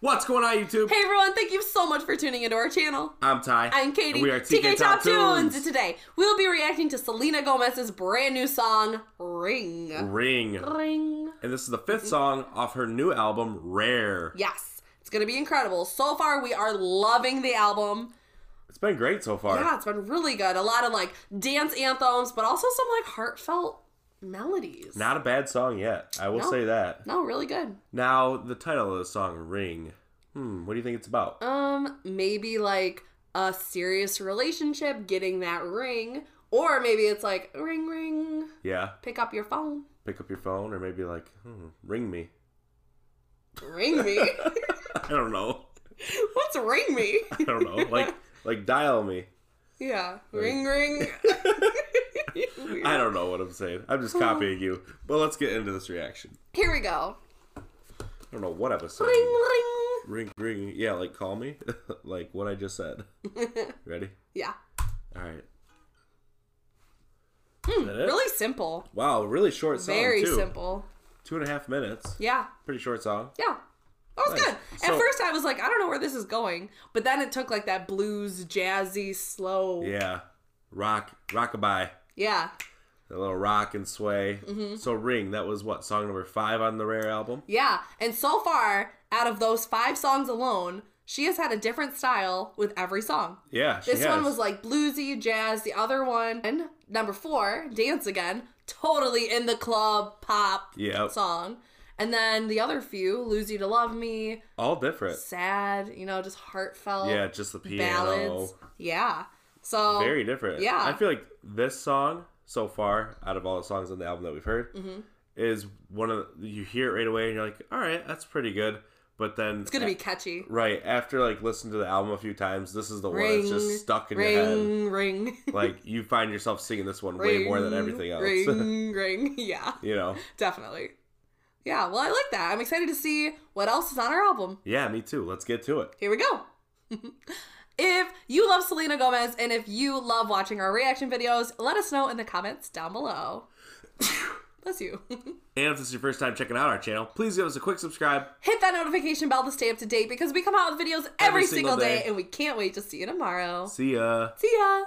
What's going on, YouTube? Hey everyone, thank you so much for tuning into our channel. I'm Ty. I'm Katie. And we are TK, Top, Tunes. And Tunes. today, we'll be reacting to Selena Gomez's brand new song, Ring. Ring. Ring. And this is the fifth song off her new album, Rare. Yes, it's gonna be incredible. So far, we are loving the album. It's been great so far. Yeah, it's been really good. A lot of like dance anthems, but also some like heartfelt melodies. Not a bad song yet. I will No. say that. no, really good. Now, the title of the song, Ring. Hmm, what do you think it's about? Um, maybe like a serious relationship getting that ring, or maybe it's like ring ring, Yeah. pick up your phone, Pick up your phone or maybe like, hmm, ring me. ring me. I don't know. What's ring me? I don't know. Like, like dial me. Yeah, ring ring. I don't know what I'm saying. I'm just copying you. But let's get into this reaction. Here we go. I don't know what I was saying. Ring ring. Ring, ring. Yeah, like call me. like what I just said. Ready? Yeah, All right. Is that it? Hmm, really simple, Wow, really short song. very too. simple. Two and a half minutes. Yeah, Pretty short song. yeah. That was Nice. good. At So- first, I was like, I don't know where this is going, but then it took like that blues, jazzy, slow. Yeah. Rock, rockabye. yeah. A little rock and sway. Mm-hmm. So ring. That was what song number five on the Rare album. Yeah, and so far, out of those five songs alone, she has had a different style with every song. Yeah, she This has. one was like bluesy, jazz. The other one, and number four, dance again, totally in the club pop Yep. song. And then the other few, lose you to love me, all different. sad, you know, just heartfelt. Yeah, just the piano. ballads. Yeah. So Very different. yeah. I feel like this song so far, out of all the songs on the album that we've heard, mm-hmm. is one of the, you hear it right away and you're like, all right, that's pretty good. But then it's gonna be catchy. right after like listening to the album a few times, this is the one Ring, that's just stuck in your head. ring, ring, Like you find yourself singing this one way more than everything else. Ring, ring. Yeah. you know? Definitely. Yeah, well, I like that. I'm excited to see what else is on our album. Yeah, me too. Let's get to it. Here we go. if you love Selena Gomez and if you love watching our reaction videos, let us know in the comments down below. Bless you. And if this is your first time checking out our channel, please give us a quick subscribe. Hit that notification bell to stay up to date because we come out with videos every, single day. and we can't wait to see you tomorrow. See ya. See ya.